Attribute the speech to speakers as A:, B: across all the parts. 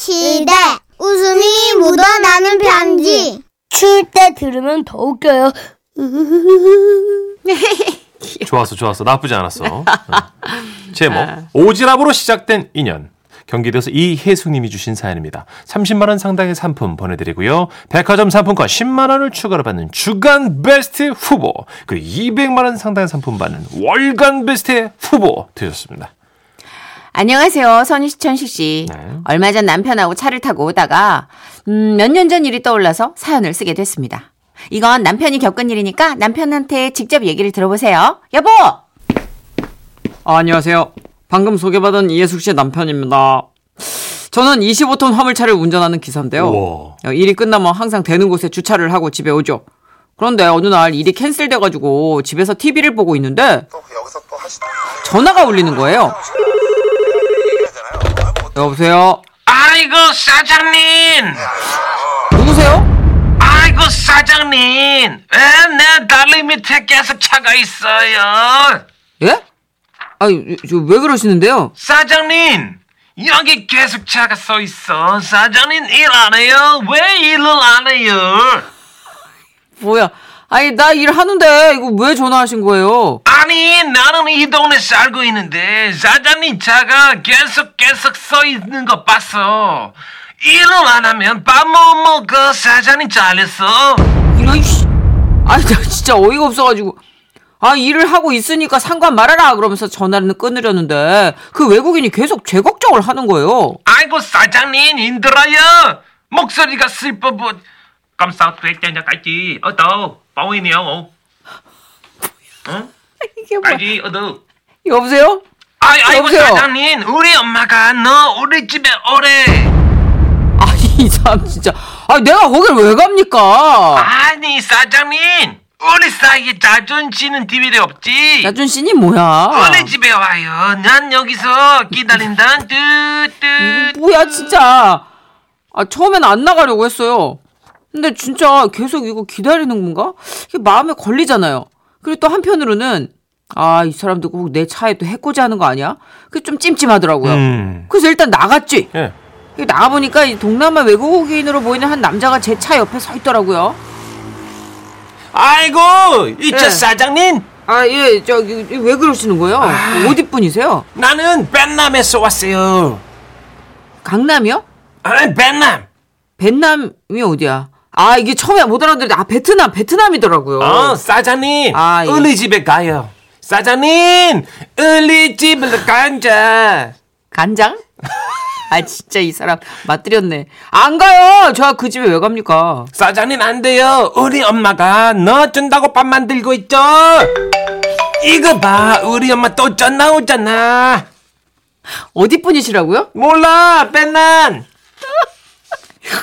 A: 기대. 웃음이 묻어나는 편지.
B: 추울 때 들으면 더 웃겨요.
C: 좋았어, 좋았어. 나쁘지
D: 네.
C: 않았어. 어. 제목 오지랖으로 시작된 인연. 경기도에서 이혜숙님이 주신 사연입니다. 30만 원 상당의 상품 보내드리고요. 백화점 상품권 10만 원을 추가로 받는 주간 베스트 후보 그리고 200만 원 상당의 상품 받는 월간 베스트 후보 되셨습니다.
E: 안녕하세요. 선희 씨, 천식 씨.
C: 네.
E: 얼마 전 남편하고 차를 타고 오다가 음, 몇 년 전 일이 떠올라서 사연을 쓰게 됐습니다. 이건 남편이 겪은 일이니까 남편한테 직접 얘기를 들어보세요. 여보!
D: 아, 안녕하세요. 방금 소개받은 이예숙 씨의 남편입니다. 저는 25톤 화물차를 운전하는 기사인데요.
C: 우와.
D: 어, 일이 끝나면 항상 되는 곳에 주차를 하고 집에 오죠. 그런데 어느 날 일이 캔슬돼가지고 집에서 TV를 보고 있는데 전화가 울리는 거예요. 여보세요.
F: 아이고 사장님
D: 누구세요?
F: 아이고 사장님 왜 내 다리 밑에 계속 차가 있어요
D: 예? 아니 저, 왜 그러시는데요?
F: 사장님 여기 계속 차가 서 있어 사장님 일 안 해요 왜 일을 안 해요
D: 뭐야? 아니 나 일하는데 이거 왜 전화하신 거예요?
F: 아니 나는 이 동네 살고 있는데 사장님 차가 계속 계속 서 있는 거 봤어 일을 안 하면 밥 못 먹어 사장님 잘렸어
D: 이런 씨. 아니 나 진짜 어이가 없어가지고 아 일을 하고 있으니까 상관 말아라 그러면서 전화를 끊으려는데 그 외국인이 계속 죄 걱정을 하는 거예요.
F: 아이고 사장님 힘들어요 목소리가 슬퍼 보 감사드리까지 어떠 보이네요
D: 이게 뭐야?
F: 까지 어떠
D: 여보세요?
F: 아이, 아이고
D: 여보세요?
F: 사장님 우리 엄마가 너 우리 집에 오래
D: 아니 이 사람 진짜 아 내가 거길 왜 갑니까?
F: 아니 사장님 우리 사이에 자존심은 디비리 없지
D: 나준 씨니 뭐야?
F: 우리 집에 와요 난 여기서 기다린다 뚜뚜
D: 이거 뭐야 진짜? 아 처음엔 안 나가려고 했어요. 근데 진짜 계속 이거 기다리는 건가? 이게 마음에 걸리잖아요. 그리고 또 한편으로는 아 이 사람도 꼭 내 차에 또 해코지 하는 거 아니야? 그게 좀 찜찜하더라고요.
C: 음.
D: 그래서 일단 나갔지.
C: 예.
D: 나가 보니까 동남아 외국인으로 보이는 한 남자가 제 차 옆에 서 있더라고요.
C: 아이고 이저
D: 예.
C: 사장님
D: 아, 예, 저기 왜 그러시는 거예요? 어디 분이세요?
C: 나는 베트남에서 왔어요.
D: 강남이요?
C: 아, 베트남.
D: 벤남이 어디야? 아, 이게 처음에 못 알아들었는데 아, 베트남, 베트남이더라고요.
C: 어, 사장님.
D: 아, 예.
C: 우리 집에 가요. 사장님, 우리 집에 가자.
D: 간장? 아, 진짜 이 사람 맛들였네. 안 가요. 저 그 집에 왜 갑니까?
C: 사장님 안 돼요. 우리 엄마가 너 준다고 밥 만들고 있죠. 어, 이거 봐, 우리 엄마 또 쩐나 오잖아.
D: 어디 분이시라고요?
C: 몰라, 뺀난.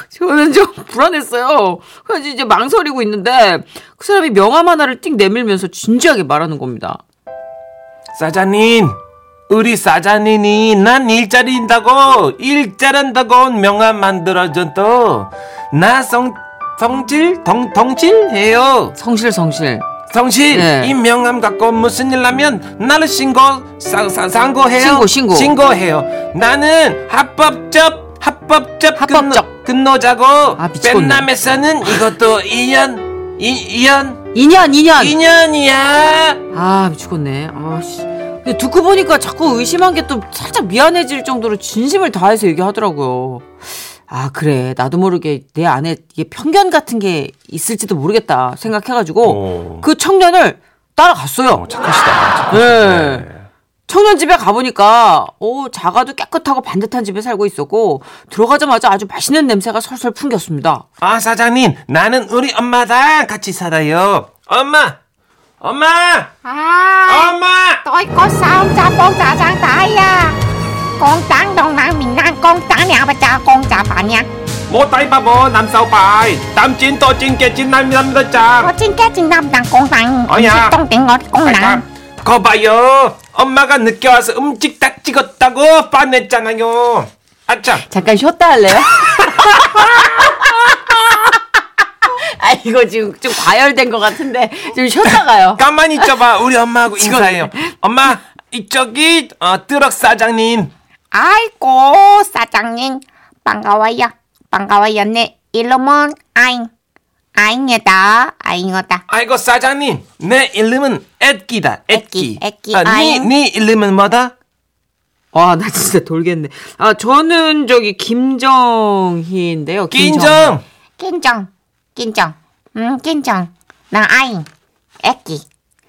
D: 저는 좀 불안했어요. 그래서 이제 망설이고 있는데 그 사람이 명함 하나를 띵 내밀면서 진지하게 말하는 겁니다.
C: 사장님, 우리 사장님이 난 일자리인다고 일 잘한다고 명함 만들어줬도 나 성 성질 덩 덩질해요.
D: 성실 성실.
C: 성실
D: 네.
C: 이 명함 갖고 무슨 일 나면 나를 신고 사, 사, 상고해요
D: 신고, 신고.
C: 신고해요 나는 합법적 합법적
D: 합법적. 아,
C: 근로, 근로자고
D: 미치겠네.
C: 베트남에서는 이것도 2년 이, 2년
D: 2년 2년.
C: 2년이야
D: 아 미치겠네. 아씨. 근데 듣고 보니까 자꾸 의심한 게 또 살짝 미안해질 정도로 진심을 다해서 얘기하더라고요. 아 그래 나도 모르게 내 안에 이게 편견 같은 게 있을지도 모르겠다 생각해가지고
C: 오.
D: 그 청년을 따라갔어요.
C: 어. 착하시다
D: 네. 청년 집에 가보니까 어 작아도 깨끗하고 반듯한 집에 살고 있었고 들어가자마자 아주 맛있는 냄새가 솔솔 풍겼습니다.
C: 아 사장님 나는 우리 엄마랑 같이 살아요 엄마 엄마
G: À,
C: 엄마
G: tôi có sao cha con cha sang thái à con trắng đông nam miền nam con trắng nhà bà cha con cha bà nha
C: 못 다이바보 뭐 남사오빠이 남진 또 찐게 찐남남자
G: có chính kết chính nam đằng con trắng
C: Ở nhà.
G: con tiếng ngọt con nặng
C: 거봐요. 엄마가 늦게 와서 음식 딱 찍었다고 뻔했잖아요. 아참.
E: 잠깐 쉬었다 할래요? 아, 이거 지금 좀 과열된 것 같은데 좀 쉬었다 가요.
C: 가만히 있어봐. 우리 엄마하고 인사해요. 엄마, 이쪽이 어, 뜨럭 사장님.
G: ai cô sa chẳng nhìn 반가워요. 반가워요. 내 이름은 아잉. 아잉이다. 아잉어다.
F: 아이고 사장님 내 이름은 애끼다 애끼
G: 애끼, 애끼.
F: 아, 네,
G: 아유.
F: 네 이름은 뭐다?
D: 와, 아, 나 진짜 돌겠네. 아, 저는 저기 김정희인데요.
F: 긴정
G: 긴장. 긴장. 음, 긴장. 나 아잉. 애기.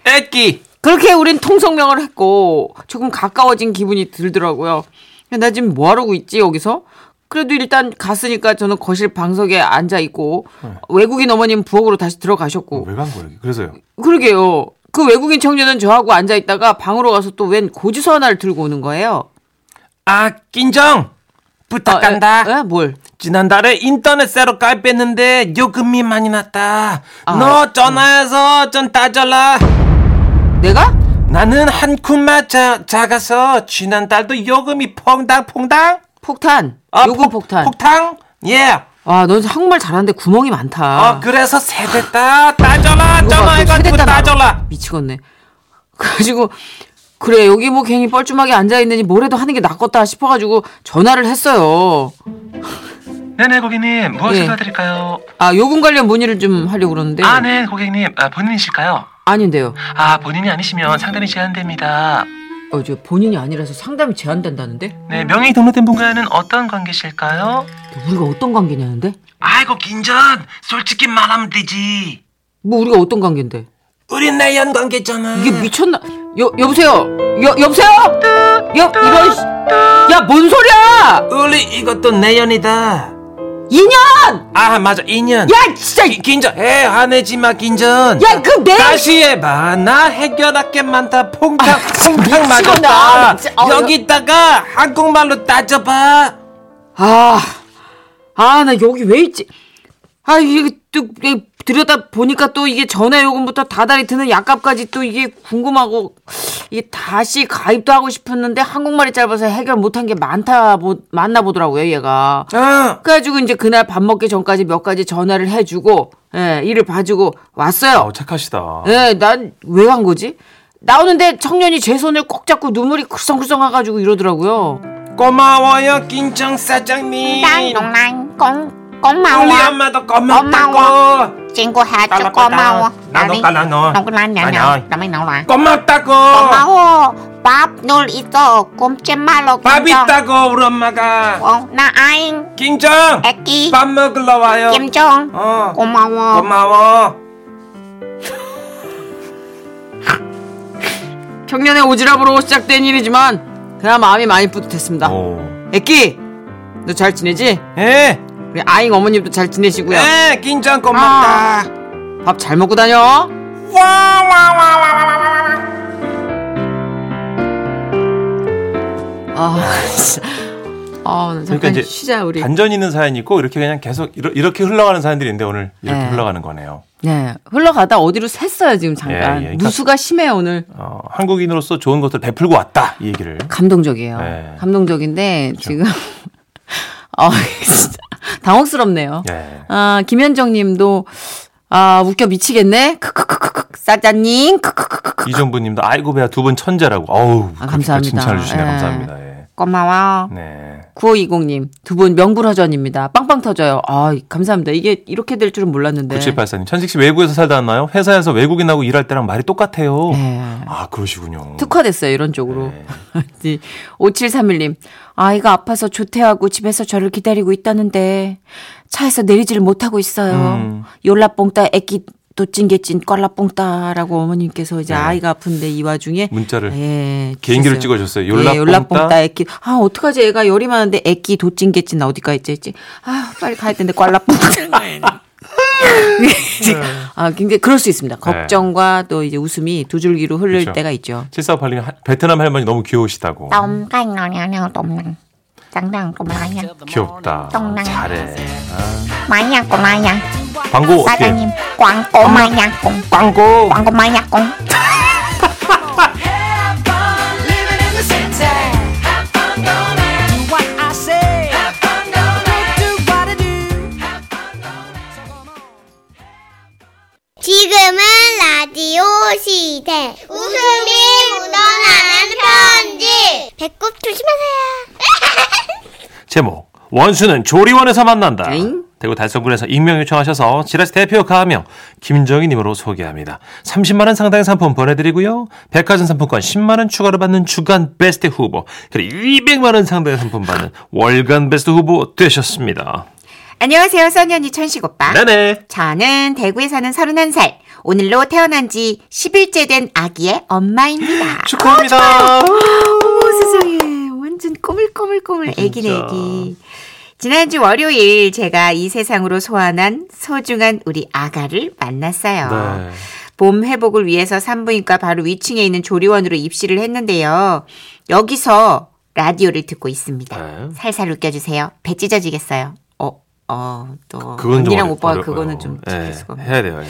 F: 애끼
D: 그렇게 우린 통성명을 했고 조금 가까워진 기분이 들더라고요. 야, 나 지금 뭐 하러고 있지 여기서? 그래도 일단 갔으니까 저는 거실 방석에 앉아 있고 외국인 어머님 부엌으로 다시 네. 들어가셨고
C: 왜 간 거예요? 그래서요.
D: 그러게요. 그 외국인 청년은 저하고 앉아 있다가 방으로 가서 또 웬 고지서 하나를 들고 오는 거예요.
F: 아 긴정 부탁한다
D: 아, 에, 에? 뭘?
F: 지난달에 인터넷 새로 가입했는데 요금이 많이 났다
D: 아,
F: 너 전화해서 좀 따져라
D: 내가?
F: 나는 한 푼만 자, 작아서 지난달도 요금이 퐁당퐁당
D: 폭탄.
F: 아,
D: 요금
F: 폭-
D: 폭탄.
F: 폭탄? 예
D: 아, 넌 한국말 잘하는데 구멍이 많다.
F: 어, 그래서 세대다 따져라
D: 이거 봐, 또
F: 전화해가지고
D: 휴대폰 알아.
F: 따져라
D: 미치겠네. 그래가지고 그래 여기 뭐 괜히 뻘쭘하게 앉아 있느니 뭐라도 하는 게 낫겠다 싶어가지고 전화를 했어요.
F: 네네 고객님
D: 예.
F: 무엇을 도와드릴까요?
D: 아 요금 관련 문의를 좀 하려고 그러는데
F: 아 네 고객님 아, 본인이실까요?
D: 닌데요
F: 아 본인이 아니시면 상담이 제한됩니다
D: 어, 저 본인이 아니라서 상담이 제한된다는데
F: 네 명의 등록된 분과는 어떤 관계실까요?
D: 우리가 어떤 관계냐는데?
F: 아이고 긴전 솔직히 말하면 되지
D: 뭐 우리가 어떤 관계인데?
F: 우린 내연 관계잖아
D: 이게 미쳤나? 여 여보세요. 여 여보세요. 여 이런 야 뭔 소리야?
F: 우리 이것도 내연이다
D: 2년!
F: 아 맞아 인연
D: 야 진짜
F: 기- 긴전 에 화내지마 긴전
D: 야 그 내.
F: 다시 해봐 나 해결할 게 많다 퐁당 퐁당
D: 미치겠네.
F: 맞았다
D: 아, 진짜. 아,
F: 여기다가 한국말로 따져봐
D: 아, 아, 나 여기 왜 있지? 아, 이게 또 이게 들여다 보니까 또 이게 전화 요금부터 다달이 드는 약값까지 또 이게 궁금하고 이게 다시 가입도 하고 싶었는데 한국말이 짧아서 해결 못한 게 많다 보, 많나 보더라고요, 얘가.
F: 응
D: 그래가지고 이제 그날 밥 먹기 전까지 몇 가지 전화를 해주고, 예, 일을 봐주고 왔어요.
C: 아우 착하시다.
D: 예, 난 왜 간 거지? 나오는데 청년이 제 손을 꼭 잡고 눈물이 글썽글썽 와가지고 이러더라고요.
F: 고마워요 긴정 사장님
G: 땅 동랑 꽁 고마워.
F: 우리
C: à.
F: 엄마도
G: 고마워.
F: 고맙다고
G: 친구 해줘
F: 딸랑 딸랑.
G: 고마워.
F: 나도 딸랑 너.
G: 나랑
F: 나랑.
G: 나랑 나랑 나랑.
F: 고맙다고
G: 고마워. 밥늘 있어. 굶지 말로. 어,
F: 밥 있다고 우리 엄마가
G: 꽁나 아잉.
F: 긴정
G: 애기.
F: 밥 먹으러 와요
G: 김정.
F: 어
G: 고마워.
F: 고마워
D: 청년의 오지랖으로 시작된 일이지만 그나마 마음이 많이 뿌듯했습니다.
C: 오.
D: 애끼, 너 잘 지내지?
F: 예
D: 우리 아잉 어머님도 잘 지내시고요.
H: 네,
F: 예, 긴장 고맙다.
D: 밥 잘 먹고 다녀. 아, 진짜. 아, 잠깐
C: 그러니까 이제
D: 쉬자 우리.
C: 반전 있는 사연이 있고 이렇게 그냥 계속 이러- 이렇게 흘러가는 사연들인데 오늘 이렇게
D: 네.
C: 흘러가는 거네요.
D: 네, 흘러가다 어디로 샜어요 지금 잠깐.
C: 예, 예. 그러니까-
D: 누수가 심해요 오늘.
C: 어, 한국인으로서 좋은 것들 베풀고 왔다 이 얘기를.
D: 감동적이에요.
C: 네.
D: 감동적인데 지금 아 진짜 당혹스럽네요.
C: 예.
D: 아, 김현정 님도 아, 웃겨 미치겠네. 크크크크크. 사자님. 크크크크크.
C: 이정부님도 아이고 배야 두 분 천재라고. 어우 그렇게 또
D: 아, 감사합니다.
C: 칭찬을 주시네
D: 예.
C: 감사합니다. 예.
G: 고마워.
C: 네.
D: 9520 님. 두 분 명불허전입니다. 빵빵 터져요. 아, 감사합니다. 이게 이렇게 될 줄은 몰랐는데.
C: 9784님 천식 씨 외국에서 살다 왔나요? 회사에서 외국인하고 일할 때랑 말이 똑같아요.
D: 네.
C: 아 그러시군요.
D: 특화됐어요 이런 쪽으로.
C: 네.
D: 5731님 아이가 아파서 조퇴하고 집에서 저를 기다리고 있다는데 차에서 내리지를 못하고 있어요.
C: 음.
D: 욜라뽕따 애기 도찐개찐 꼴라뽕따라고 어머님께서 이제
C: 네.
D: 아이가 아픈데 이 와중에
C: 문자를
D: 예,
C: 개인기를
D: 주셨어요.
C: 찍어줬어요.
D: 예,
C: 욜라뽕따
D: 욜라뽕따 애기 아 어떡하지 애가 열이 많은데 애기 도찐개찐 나 어디가 있지 했지 아 빨리 가야 되는데 꼴라뽕따 네.
C: 네.
D: 아 굉장히 그럴 수 있습니다. 걱정과 또 이제 웃음이 두 줄기로 흐를
C: 그렇죠.
D: 때가 있죠.
C: 7482님 베트남 할머니 너무 귀여우시다고.
D: 아,
G: Tông cái ngò nhỏ nhỏ tông nặng Chẳng đằng cũng lại nha
D: 어,
C: 귀엽다.
G: 똥랑.
C: 잘해.
G: Mái nha cũng lại nha
C: 광고
G: Sa
C: 어떻게
G: trang nhìn Quảng cổ mai nha cũng
F: 광고.
G: Quảng cổ mai nha cũng
A: 지금은 라디오 시대. 웃음이 묻어나는 편지. 배꼽 조심하세요.
C: 제목 원수는 조리원에서 만난다.
D: 에잉?
C: 대구 달성군에서 익명 요청하셔서 지라시 대표 가명 김정희님으로 소개합니다. 30만 원 상당의 상품 보내드리고요. 백화점 상품권 10만 원 추가로 받는 주간 베스트 후보 그리고 200만 원 상당의 상품 받는 월간 베스트 후보 되셨습니다.
D: 안녕하세요, 써니언니 천식 오빠.
C: 네네.
D: 저는 대구에 사는 31살. 오늘로 태어난 지 10일째 된 아기의 엄마입니다.
C: 축하합니다.
D: 어머 세상에 완전 꼬물꼬물꼬물 애기네
C: 진짜.
D: 애기 지난주 월요일 제가 이 세상으로 소환한 소중한 우리 아가를 만났어요
C: 네.
D: 몸 회복을 위해서 산부인과 바로 위층에 있는 조리원으로 입시를 했는데요 여기서 라디오를 듣고 있습니다
C: 네.
D: 살살 웃겨주세요 배 찢어지겠어요 어, 어, 또
C: 그건 좀
D: 언니랑
C: 어려-
D: 오빠가
C: 어려워요.
D: 그거는 좀
C: 예,
D: 지킬 수가 없네
C: 해야 돼요. 예.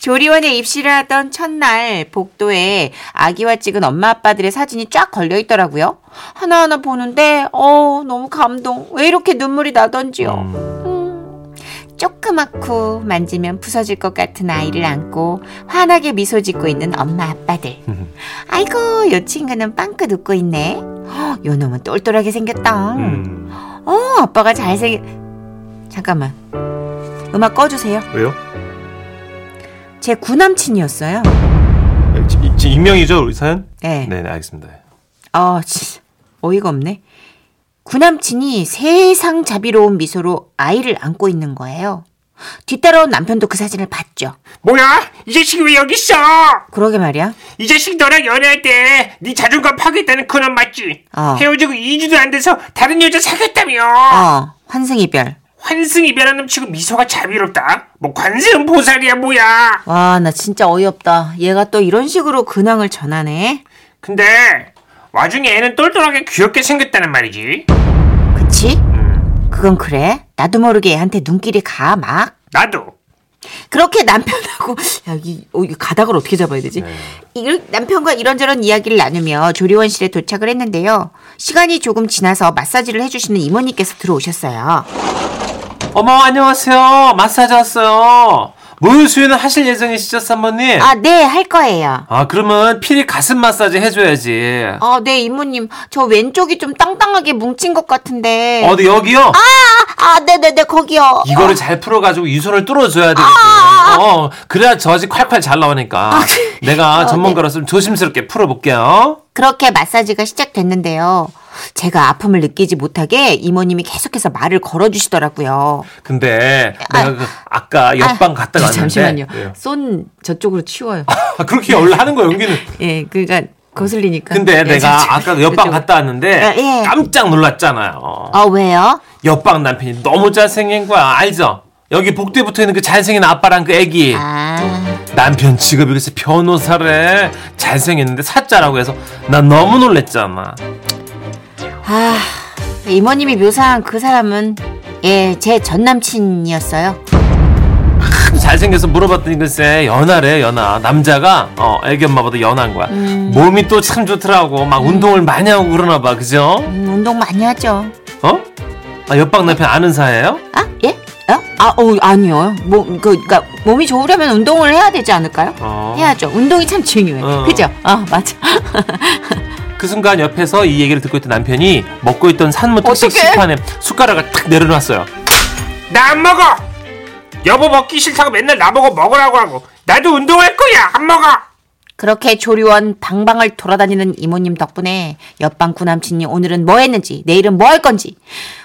D: 조리원에 입시를 하던 첫날 복도에 아기와 찍은 엄마 아빠들의 사진이 쫙 걸려 있더라고요. 하나하나 보는데 어 너무 감동. 왜 이렇게 눈물이 나던지요.
C: 음,
D: 조그맣고 만지면 부서질 것 같은 아이를 안고 환하게 미소 짓고 있는 엄마 아빠들. 아이고 요 친구는 빵긋 웃고 있네. 헉, 요 놈은 똘똘하게 생겼다.
C: 음.
D: 어 아빠가 잘생. 잠깐만 음악 꺼주세요.
C: 왜요?
D: 제 구남친이었어요.
C: 예, 지- 이- 지- 익명이죠 우리 사연?
D: 네.
C: 네, 네 알겠습니다.
D: 아, 진짜 어이가 없네. 구남친이 세상 자비로운 미소로 아이를 안고 있는 거예요. 뒤따라온 남편도 그 사진을 봤죠.
H: 뭐야? 이 자식이 왜 여기 있어?
D: 그러게 말이야.
H: 이 자식 너랑 연애할 때 네 자존감 파괴했다는 그놈 맞지?
D: 어.
H: 헤어지고 2주도 안 돼서 다른 여자 사귀었다며
D: 어, 환승이별.
H: 환승이별한 놈 치고 미소가 자비롭다? 뭐 관세음 보살이야 뭐야
D: 와, 나 진짜 어이없다. 얘가 또 이런 식으로 근황을 전하네.
H: 근데 와중에 애는 똘똘하게 귀엽게 생겼다는 말이지
D: 그치? 그건 그래. 나도 모르게 얘한테 눈길이 가, 막.
H: 나도
D: 그렇게 남편하고 여기 어, 이 가닥을 어떻게 잡아야 되지?
C: 네.
D: 이럴- 남편과 이런저런 이야기를 나누며 조리원실에 도착을 했는데요. 시간이 조금 지나서 마사지를 해주시는 이모님께서 들어오셨어요.
C: 어머 안녕하세요. 마사지 왔어요. 모유 수유는 하실 예정이시죠, 사모님?
D: 아, 네, 할 거예요.
C: 아, 그러면 필히 가슴 마사지 해줘야지.
D: 아, 네, 이모님. 저 왼쪽이 좀 땅땅하게 뭉친 것 같은데.
C: 어디 여기요?
D: 네. 아, 네네네, 거기요.
C: 이거를 잘 풀어가지고 유선을
D: 아,
C: 뚫어줘야 되거든. 어, 그래야 저지 콸콸 잘 나오니까.
D: 아, 그,
C: 내가
D: 어, 네.
C: 전문가로서 좀 조심스럽게 풀어볼게요.
D: 그렇게 마사지가 시작됐는데요. 제가 아픔을 느끼지 못하게 이모님이 계속해서 말을 걸어주시더라고요.
C: 근데 내가 그 아까 네, 옆방 갔다
D: 아,
C: 왔는데.
D: 잠시만요.
C: 왜요?
D: 손 저쪽으로 치워요.
C: 아, 그렇게 원래 하는 거야 여기는.
D: 예, 그러니까 거슬리니까.
C: 근데
D: 예,
C: 내가
D: 잠시만요.
C: 아까 그 옆방
D: 이쪽으로.
C: 갔다 왔는데
D: 아, 예.
C: 깜짝 놀랐잖아요.
D: 어, 왜요?
C: 옆방 남편이 너무 잘생긴 거야 알죠? 여기 복도에 붙어있는 그 잘생긴 아빠랑 그 애기
D: 아,
C: 남편 직업이 그래서 변호사래 잘생겼는데 사짜라고 해서 나 너무 놀랬잖아
D: 아, 이모님이 묘사한 그 사람은 예, 제 전 남친이었어요.
C: 잘생겨서 물어봤더니 글쎄 연하래 연하 남자가 어 애기 엄마보다 연한 거야
D: 음.
C: 몸이 또 참 좋더라고 막 운동을 많이 하고 그러나 봐 그죠
D: 음, 운동 많이 하죠.
C: 어? 아 옆방 남편 아는 사이예요?
D: 아, 예? 어? 아, 어, 아니요. 뭐, 그, 그니까, 몸이 좋으려면 운동을 해야 되지 않을까요?
C: 어.
D: 해야죠. 운동이 참 중요해요.
C: 어.
D: 그죠? 어, 맞아.
C: 그 순간 옆에서 이 얘기를 듣고 있던 남편이 먹고 있던 산모 특식
D: 어떡해?
C: 식판에 숟가락을 탁 내려놨어요
H: 나 안 먹어 여보 먹기 싫다고 맨날 나보고 먹으라고 하고 나도 운동할 거야 안 먹어
D: 그렇게 조리원 방방을 돌아다니는 이모님 덕분에 옆방 구남친이 오늘은 뭐 했는지, 내일은 뭐 할 건지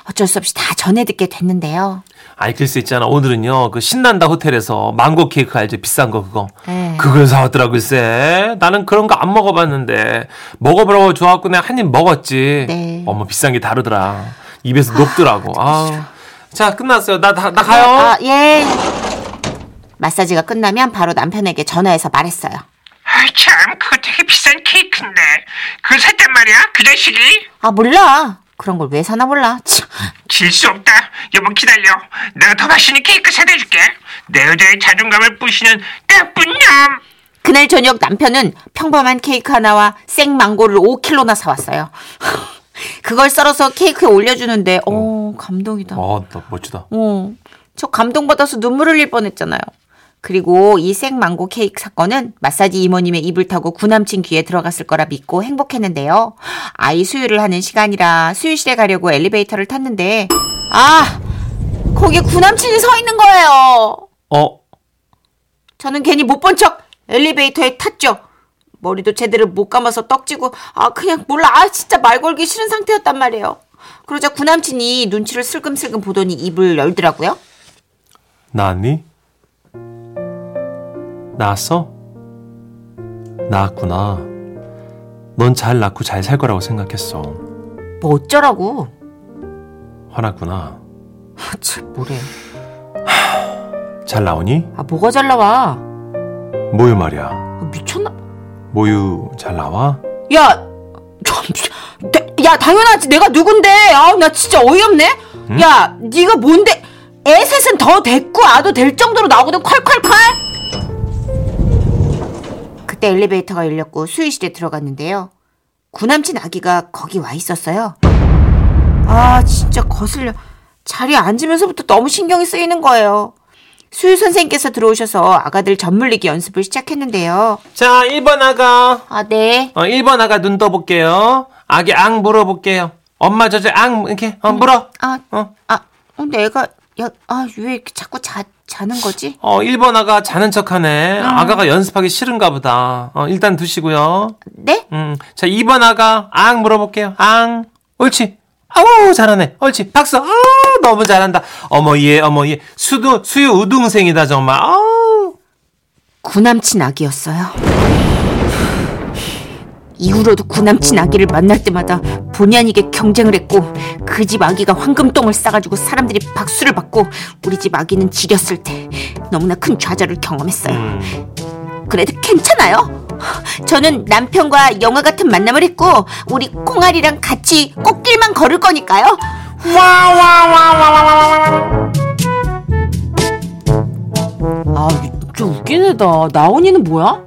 D: 어쩔 수 없이 다 전해 듣게 됐는데요.
C: 아이 글쎄 있잖아 오늘은요 그 신난다 호텔에서 망고 케이크 알죠 비싼 거 그거
D: 예.
C: 그걸 사왔더라 글쎄 나는 그런 거 안 먹어봤는데 먹어보라고 좋아갖고 내가 한 입 먹었지
D: 네.
C: 어머 비싼 게 다르더라 입에서 녹더라고 아자 끝났어요 나, 나, 나 가요
D: 아, 예. 마사지가 끝나면 바로 남편에게 전화해서 말했어요.
H: 아참 그거 되게 비싼 케이크인데 그걸 샀단 말이야 그 자식이
D: 아, 몰라. 그런 걸 왜 사나 몰라. 참.
H: 질 수 없다. 여보 기다려. 내가 더 맛있는 케이크 사다 줄게. 내 여자의 자존감을 부시는 나쁜 놈.
D: 그날 저녁 남편은 평범한 케이크 하나와 생망고를 5kg나 사왔어요. 그걸 썰어서 케이크에 올려주는데, 어, 감동이다.
C: 어, 나 멋지다
D: 어, 저 감동받아서 눈물 흘릴 뻔했잖아요. 그리고 이 생망고 케이크 사건은 마사지 이모님의 입을 타고 구남친 귀에 들어갔을 거라 믿고 행복했는데요. 아이 수유를 하는 시간이라 수유실에 가려고 엘리베이터를 탔는데 아 거기에 구남친이 서 있는 거예요.
C: 어,
D: 저는 괜히 못 본 척 엘리베이터에 탔죠. 머리도 제대로 못 감아서 떡지고 아 그냥 몰라 아 진짜 말 걸기 싫은 상태였단 말이에요. 그러자 구남친이 눈치를 슬금슬금 보더니 입을 열더라고요.
C: 나니? 낳았어? 낳았구나. 넌 잘 낳고 잘 살 거라고 생각했어.
D: 뭐 어쩌라고? 아,
C: 화났구나.
D: 참 뭐래?
C: 잘 나오니?
D: 아 뭐가 잘 나와?
C: 모유 말이야.
D: 아, 미쳤나?
C: 모유 잘 나와?
D: 야, 참, 대- 야 당연하지 내가 누군데? 아나 진짜 어이없네. 야 네가 뭔데? 애 셋은 더 됐고 아도 될 정도로 나오거든 콸콸콸. 그때 엘리베이터가 열렸고 수의실에 들어갔는데요. 구남친 아기가 거기 와 있었어요. 아 진짜 거슬려. 자리에 앉으면서부터 너무 신경이 쓰이는 거예요. 수유 선생님께서 들어오셔서 아가들 젖물리기 연습을 시작했는데요.
F: 자, 1번 아가.
D: 아 네.
F: 어, 1번 아가 눈 떠볼게요. 아기 앙 물어볼게요. 엄마 저저 앙, 이렇게, 어, 물어.
D: 아,
F: 어.
D: 아, 어, 내가 야, 아, 왜 이렇게 자꾸 자 자는 거지?
F: 어, 1번 아가 자는 척 하네. 아가가 연습하기 싫은가 보다. 어, 일단 두시고요.
D: 네?
F: 음, 자, 2번 아가 앙 물어볼게요. 앙. 옳지. 아우, 잘하네. 옳지. 박수. 아, 너무 잘한다. 어머, 얘, 어머, 얘. 수도, 수유 우등생이다, 정말. 아우.
D: 구남친 아기였어요. 이후로도 구남친 아기를 만날 때마다 본의 아니게 경쟁을 했고 그 집 아기가 황금똥을 싸가지고 사람들이 박수를 받고 우리 집 아기는 지렸을 때 너무나 큰 좌절을 경험했어요.
F: 음.
D: 그래도 괜찮아요. 저는 남편과 영화 같은 만남을 했고 우리 콩알이랑 같이 꽃길만 걸을 거니까요.
I: 아, 진짜 웃긴 애다. 나온이는 뭐야?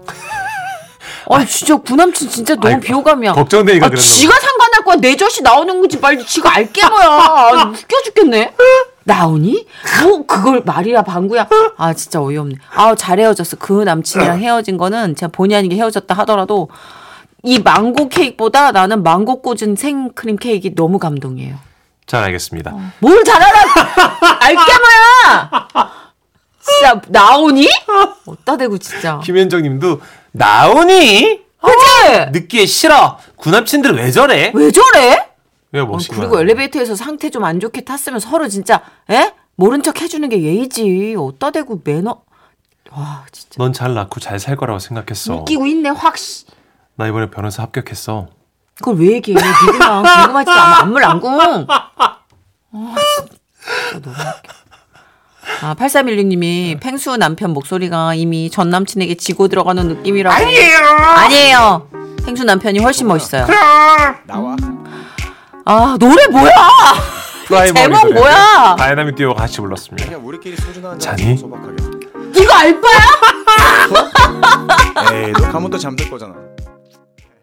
I: 아니 진짜 구남친 진짜 너무
C: 아이,
I: 비호감이야.
C: 걱정되니까
I: 아,
C: 그러는
I: 지가 상관할 거야. 내 젖이 나오는 건지 말지 지가 알게 뭐야. 아, 웃겨 죽겠네. 어? 나오니? 뭐 그걸 말이야 방구야. 아 진짜 어이없네. 아잘 헤어졌어. 그 남친이랑 헤어진 거는 제가 본의 아니게 헤어졌다 하더라도 이 망고 케이크보다 나는 망고 꽂은 생크림 케이크 너무 감동이에요.
C: 잘 알겠습니다.
I: 뭘 잘하라! 알게 뭐야! 진짜 나오니? 어따 대고 진짜.
C: 김현정 님도, 나오니?
I: 아, 그치?
C: 늦기에 싫어. 구남친들 왜 저래?
I: 왜 저래?
C: 왜
I: 어,
C: 멋있구나.
I: 그리고 엘리베이터에서 상태 좀 안 좋게 탔으면 서로 진짜 에? 모른 척 해주는 게 예의지. 어따 대고 매너. 와 진짜
C: 넌 잘 낳고 잘 살 거라고 생각했어.
I: 웃기고 있네 확. 씨.
C: 나 이번에 변호사 합격했어.
I: 그걸 왜 얘기해? 누구나 궁금하지도 않아. 안물 안궁. 아, 진짜 너무 웃겨. 아,
J: 네.
I: 8316님이 펭수 남편 목소리가 이미 전 남친에게 지고 들어가는 느낌이라고.
J: 아니에요.
I: 아니에요. 펭수 남편이 훨씬 멋있어요.
J: 그럼
I: 아 노래 뭐야? 제목 뭐야?
C: 다이나믹 듀오가 같이 불렀습니다.
K: 우리끼리 소주나 한잔
C: 자니?
K: 소박하게.
I: 이거 알바야?
K: 에이, 너 가면 또 잠들 거잖아.